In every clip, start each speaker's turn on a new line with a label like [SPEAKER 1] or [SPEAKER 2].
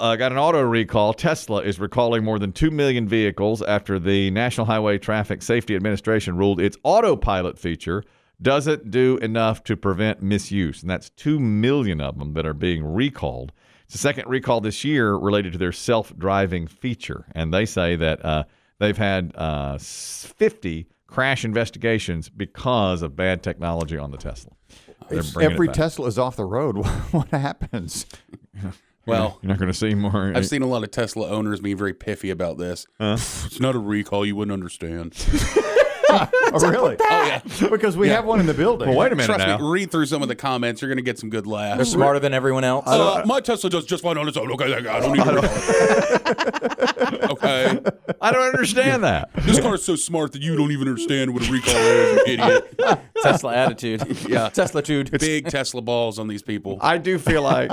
[SPEAKER 1] Uh, got an auto recall. Tesla is recalling more than 2 million vehicles after the National Highway Traffic Safety Administration ruled its autopilot feature doesn't do enough to prevent misuse. And that's 2 million of them that are being recalled. It's the second recall this year related to their self driving feature. And they say that uh, they've had uh, 50 crash investigations because of bad technology on the Tesla. They're
[SPEAKER 2] If
[SPEAKER 1] bringing it
[SPEAKER 2] every
[SPEAKER 1] back.
[SPEAKER 2] Tesla is off the road, what happens?
[SPEAKER 3] Well,
[SPEAKER 1] You're not going to see more.
[SPEAKER 3] I've seen a lot of Tesla owners being very piffy about this. It's not a recall. You wouldn't understand.
[SPEAKER 2] oh, really?
[SPEAKER 3] oh, yeah.
[SPEAKER 2] Because we have one in the building.
[SPEAKER 1] well, wait a minute
[SPEAKER 3] Trust
[SPEAKER 1] now.
[SPEAKER 3] me, read through some of the comments. You're going to get some good
[SPEAKER 4] They're
[SPEAKER 3] laughs.
[SPEAKER 4] smarter than everyone else.
[SPEAKER 3] Uh, my Tesla does just fine on its own. Okay, I don't need a recall. okay.
[SPEAKER 1] I don't understand that.
[SPEAKER 3] This car is so smart that you don't even understand what a recall is, you idiot.
[SPEAKER 4] Tesla attitude.
[SPEAKER 3] Yeah.
[SPEAKER 4] Tesla tude.
[SPEAKER 3] Big Tesla balls on these people.
[SPEAKER 1] I do feel like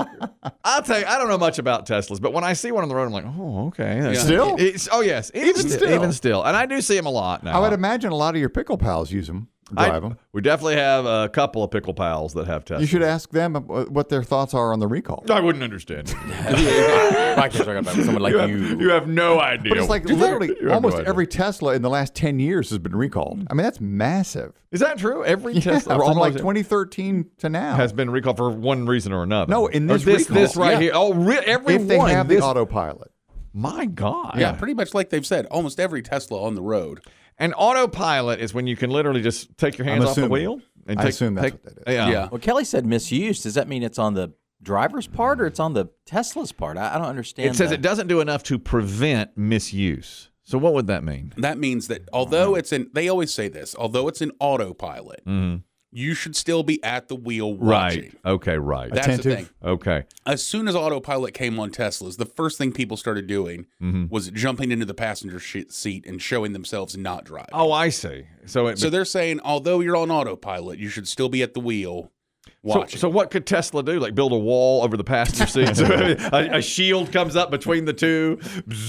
[SPEAKER 1] I'll tell you, I don't know much about Teslas, but when I see one on the road, I'm like, oh, okay. that's-
[SPEAKER 3] Yeah.
[SPEAKER 2] Still?
[SPEAKER 1] It's, oh, yes. Even, sti-
[SPEAKER 2] still.
[SPEAKER 1] Even still. And I do see them a lot now.
[SPEAKER 2] I would imagine a lot of your pickle pals use them,
[SPEAKER 1] I-
[SPEAKER 2] drive them.
[SPEAKER 1] We definitely have a couple of pickle pals that have Teslas.
[SPEAKER 2] You should ask them uh, what their thoughts are on the recall.
[SPEAKER 1] I wouldn't understand. it.
[SPEAKER 4] I can't talk about someone like
[SPEAKER 1] you, have,
[SPEAKER 4] you.
[SPEAKER 1] you have no idea.
[SPEAKER 2] But it's like
[SPEAKER 1] Do they-
[SPEAKER 2] literally
[SPEAKER 1] you have no
[SPEAKER 2] almost
[SPEAKER 1] idea.
[SPEAKER 2] every Tesla in the last 10 years has been recalled. I mean, that's massive.
[SPEAKER 1] Is that true? Every
[SPEAKER 2] Yeah,
[SPEAKER 1] Tesla
[SPEAKER 2] from
[SPEAKER 1] almost
[SPEAKER 2] like 2013 to now.
[SPEAKER 1] has been recalled for one reason or another.
[SPEAKER 2] No, in
[SPEAKER 1] Or
[SPEAKER 2] this
[SPEAKER 1] this, this
[SPEAKER 2] recall,
[SPEAKER 1] right
[SPEAKER 2] yeah.
[SPEAKER 1] here. Oh, re- every
[SPEAKER 2] if they
[SPEAKER 1] one.
[SPEAKER 2] have
[SPEAKER 1] this,
[SPEAKER 2] the autopilot.
[SPEAKER 1] my God.
[SPEAKER 3] yeah, pretty much like they've said, almost every Tesla on the road.
[SPEAKER 1] And autopilot is when you can literally just take your hands
[SPEAKER 2] I'm
[SPEAKER 1] off the
[SPEAKER 2] assuming.
[SPEAKER 1] wheel. And
[SPEAKER 2] I
[SPEAKER 1] take,
[SPEAKER 2] assume that's what that is.
[SPEAKER 1] Yeah.
[SPEAKER 3] Yeah.
[SPEAKER 4] Well, Kelly said misused. Does that mean it's on the driver's part or it's on the Tesla's part? I, I don't understand.
[SPEAKER 1] It says
[SPEAKER 4] that.
[SPEAKER 1] it doesn't do enough to prevent misuse. So what would that mean?
[SPEAKER 3] That means that
[SPEAKER 1] Uh-huh.
[SPEAKER 3] although it's an, they always say this, although it's an autopilot,
[SPEAKER 1] Mm-hmm.
[SPEAKER 3] you should still be at the wheel watching.
[SPEAKER 1] Okay. Right.
[SPEAKER 3] That's the
[SPEAKER 2] Attentive.
[SPEAKER 3] thing.
[SPEAKER 1] okay.
[SPEAKER 3] As soon as autopilot came on Teslas, the first thing people started doing
[SPEAKER 4] Mm-hmm.
[SPEAKER 3] was jumping into the passenger sh- seat and showing themselves not driving.
[SPEAKER 1] Oh, I see. So it.
[SPEAKER 3] So they're saying, although you're on autopilot, you should still be at the wheel
[SPEAKER 1] so,
[SPEAKER 3] watching.
[SPEAKER 1] so what could Tesla do? Like build a wall over the passenger seat, so a, a shield comes up between the two.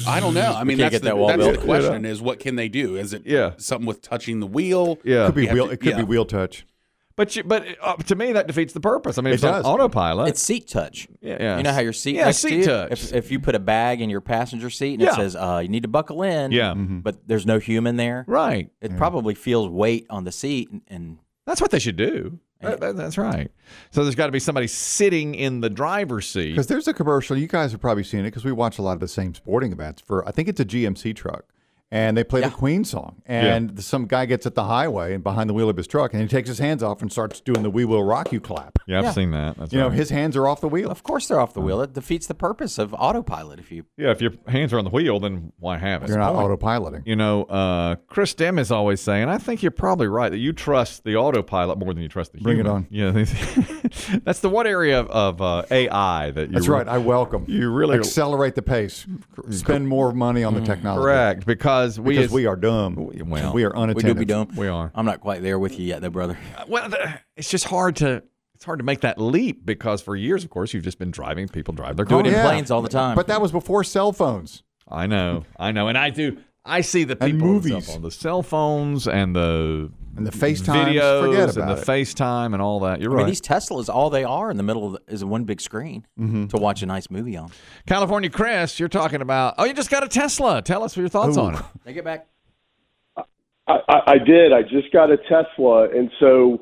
[SPEAKER 3] I don't know. I mean,
[SPEAKER 4] can't
[SPEAKER 3] that's,
[SPEAKER 4] get
[SPEAKER 3] the,
[SPEAKER 4] that wall
[SPEAKER 3] that's
[SPEAKER 4] built.
[SPEAKER 3] the question: is what can they do? Is it
[SPEAKER 1] Yeah.
[SPEAKER 3] something with touching the wheel?
[SPEAKER 1] Yeah.
[SPEAKER 2] Could be
[SPEAKER 3] You have
[SPEAKER 2] wheel,
[SPEAKER 3] to-
[SPEAKER 2] it could
[SPEAKER 3] yeah.
[SPEAKER 2] be wheel touch.
[SPEAKER 1] But you, but uh, to me that defeats the purpose. I mean,
[SPEAKER 2] It
[SPEAKER 1] if it's on
[SPEAKER 2] does.
[SPEAKER 1] autopilot.
[SPEAKER 4] It's seat touch.
[SPEAKER 1] Yeah, yeah.
[SPEAKER 4] You know how your seat
[SPEAKER 1] Yeah,
[SPEAKER 4] next
[SPEAKER 1] seat
[SPEAKER 4] to you,
[SPEAKER 1] touch.
[SPEAKER 4] If, if you put a bag in your passenger seat and
[SPEAKER 1] Yeah.
[SPEAKER 4] it says uh, you need to buckle in,
[SPEAKER 1] Yeah. mm-hmm.
[SPEAKER 4] but there's no human there,
[SPEAKER 1] right.
[SPEAKER 4] it probably feels weight on the seat and, and
[SPEAKER 1] That's what they should do. That- that- that's right. So there's got to be somebody sitting in the driver's seat.
[SPEAKER 2] Because there's a commercial, you guys have probably seen it because we watch a lot of the same sporting events for, I think it's a GMC truck. And they play the Queen song. And the- some guy gets at the highway and behind the wheel of his truck and he takes his hands off and starts doing the We Will Rock You clap.
[SPEAKER 1] Yeah, I've seen that. That's
[SPEAKER 2] You know,
[SPEAKER 1] right.
[SPEAKER 2] his hands are off the wheel.
[SPEAKER 4] of course they're off the wheel. It defeats the purpose of autopilot if you
[SPEAKER 1] yeah. If your hands are on the wheel, then why have it?
[SPEAKER 2] You're
[SPEAKER 4] Oh,
[SPEAKER 2] not autopiloting.
[SPEAKER 1] you know, uh, Chris Dem is always saying, I think you're probably right that you trust the autopilot more than you trust the
[SPEAKER 2] Bring it
[SPEAKER 1] human.
[SPEAKER 2] on.
[SPEAKER 1] Yeah, that's the one area of, of uh, AI that you
[SPEAKER 2] That's right. I welcome.
[SPEAKER 1] you really-
[SPEAKER 2] accelerate the pace.
[SPEAKER 4] Mm.
[SPEAKER 2] Spend more money on the technology.
[SPEAKER 1] correct because we
[SPEAKER 2] Because
[SPEAKER 1] as-
[SPEAKER 2] we are dumb.
[SPEAKER 1] well,
[SPEAKER 2] we are
[SPEAKER 4] we do
[SPEAKER 2] unattentive.
[SPEAKER 4] be dumb.
[SPEAKER 1] we are.
[SPEAKER 4] I'm not quite there with you yet, though, brother.
[SPEAKER 2] Uh,
[SPEAKER 1] Well, th- it's just hard to it's hard to make that leap because for years, of course, you've just been driving people drive their
[SPEAKER 4] Do
[SPEAKER 1] car.
[SPEAKER 4] it in
[SPEAKER 2] Oh, yeah.
[SPEAKER 4] planes all the time.
[SPEAKER 2] But that was before cell phones.
[SPEAKER 1] I know, I know, and I do. I see the people
[SPEAKER 2] And
[SPEAKER 1] on the cell
[SPEAKER 2] movies.
[SPEAKER 1] phone, the cell phones and the
[SPEAKER 2] And the FaceTimes,
[SPEAKER 1] videos
[SPEAKER 2] forget
[SPEAKER 1] and
[SPEAKER 2] about
[SPEAKER 1] the
[SPEAKER 2] it.
[SPEAKER 1] FaceTime and all that. You're
[SPEAKER 4] I mean,
[SPEAKER 1] right.
[SPEAKER 4] these Teslas, all they are in the middle of the, is one big screen to watch a nice movie on.
[SPEAKER 1] California Chris, you're talking about. Oh, you just got a Tesla. Tell us your thoughts on it.
[SPEAKER 4] Take it back.
[SPEAKER 5] I, I- I did. I just got a Tesla, and so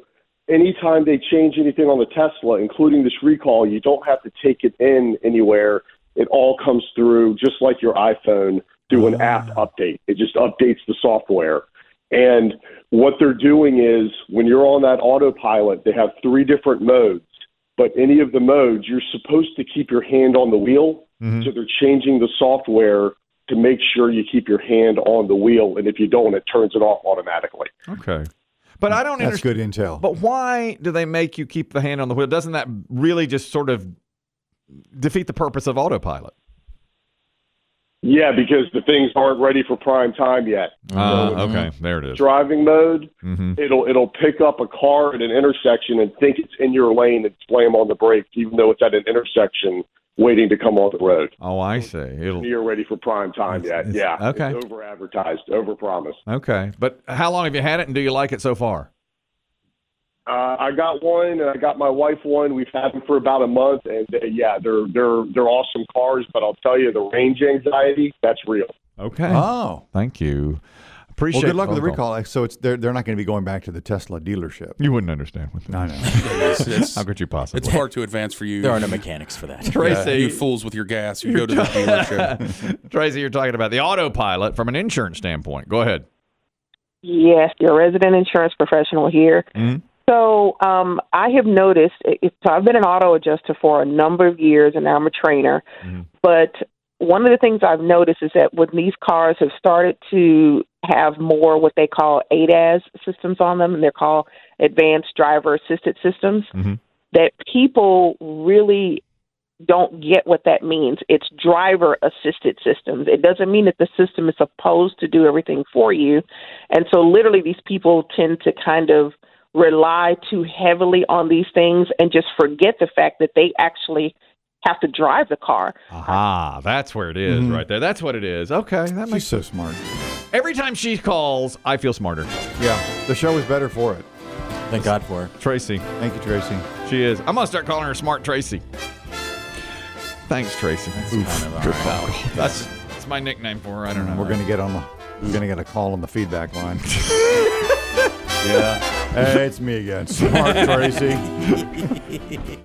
[SPEAKER 5] anytime they change anything on the Tesla, including this recall, you don't have to take it in anywhere. It all comes through just like your iPhone through an app update. It just updates the software. And what they're doing is when you're on that autopilot, they have three different modes. But any of the modes, you're supposed to keep your hand on the wheel.
[SPEAKER 1] Mm-hmm.
[SPEAKER 5] So they're changing the software to make sure you keep your hand on the wheel. And if you don't, it turns it off automatically.
[SPEAKER 1] Okay, but I don't
[SPEAKER 2] That's
[SPEAKER 1] understand.
[SPEAKER 2] good intel.
[SPEAKER 1] But why do they make you keep the hand on the wheel? Doesn't that really just sort of defeat the purpose of autopilot?
[SPEAKER 5] Yeah, because the things aren't ready for prime time yet.
[SPEAKER 1] Uh, okay, there it is.
[SPEAKER 5] Driving mode,
[SPEAKER 1] Mhm.
[SPEAKER 5] it'll it'll pick up a car at an intersection and think it's in your lane and slam on the brakes, even though it's at an intersection waiting to come on the road.
[SPEAKER 1] Oh, I see. It'll
[SPEAKER 5] You're ready for prime time yet?
[SPEAKER 1] it's-
[SPEAKER 5] yeah.
[SPEAKER 1] okay.
[SPEAKER 5] Over advertised, over promised.
[SPEAKER 1] okay. But how long have you had it, and do you like it so far?
[SPEAKER 5] Uh, I got one, and I got my wife one. We've had them for about a month, and uh, yeah, they're they're they're awesome cars. But I'll tell you, the range anxiety that's real.
[SPEAKER 1] Okay.
[SPEAKER 2] Oh.
[SPEAKER 1] Thank you. Ah. Appreciate.
[SPEAKER 2] Well, good luck
[SPEAKER 1] phone
[SPEAKER 2] with the
[SPEAKER 1] call.
[SPEAKER 2] recall. So it's they're, they're not going to be going back to the Tesla dealership.
[SPEAKER 1] You wouldn't understand. What
[SPEAKER 2] I know.
[SPEAKER 3] It's, it's-
[SPEAKER 1] How could you possibly?
[SPEAKER 3] it's far too advanced for you.
[SPEAKER 4] There are no mechanics for that.
[SPEAKER 1] Tracy,
[SPEAKER 3] you fools with your gas. You go to the dealership.
[SPEAKER 1] Tracy, you're talking about the autopilot from an insurance standpoint. Go ahead.
[SPEAKER 6] Yes, your resident insurance professional here. So um, I have noticed. It, so I've been an auto adjuster for a number of years, and now I'm a trainer. But one of the things I've noticed is that when these cars have started to have more what they call ADAS systems on them, and they're called advanced driver assisted systems,
[SPEAKER 1] Mhm.
[SPEAKER 6] that people really don't get what that means. It's driver assisted systems. It doesn't mean that the system is supposed to do everything for you. And so, literally, these people tend to kind of rely too heavily on these things and just forget the fact that they actually have to drive the car.
[SPEAKER 1] Aha, that's where it is right there. That's what it is. Okay, that
[SPEAKER 2] Mm-hmm. She's
[SPEAKER 1] makes.
[SPEAKER 2] so smart.
[SPEAKER 1] Every time she calls, I feel smarter.
[SPEAKER 2] Yeah. The show is better for it.
[SPEAKER 4] Thank God for it.
[SPEAKER 1] Tracy,
[SPEAKER 2] Thank you, Tracy.
[SPEAKER 1] she is. I'm gonna start calling her Smart Tracy. Thanks, Tracy. Good call. That's that's my nickname for her. I don't know.
[SPEAKER 2] We're going to get on the. We're going to get a call on the feedback line.
[SPEAKER 4] Yeah.
[SPEAKER 2] hey, it's me again. Smart Tracy.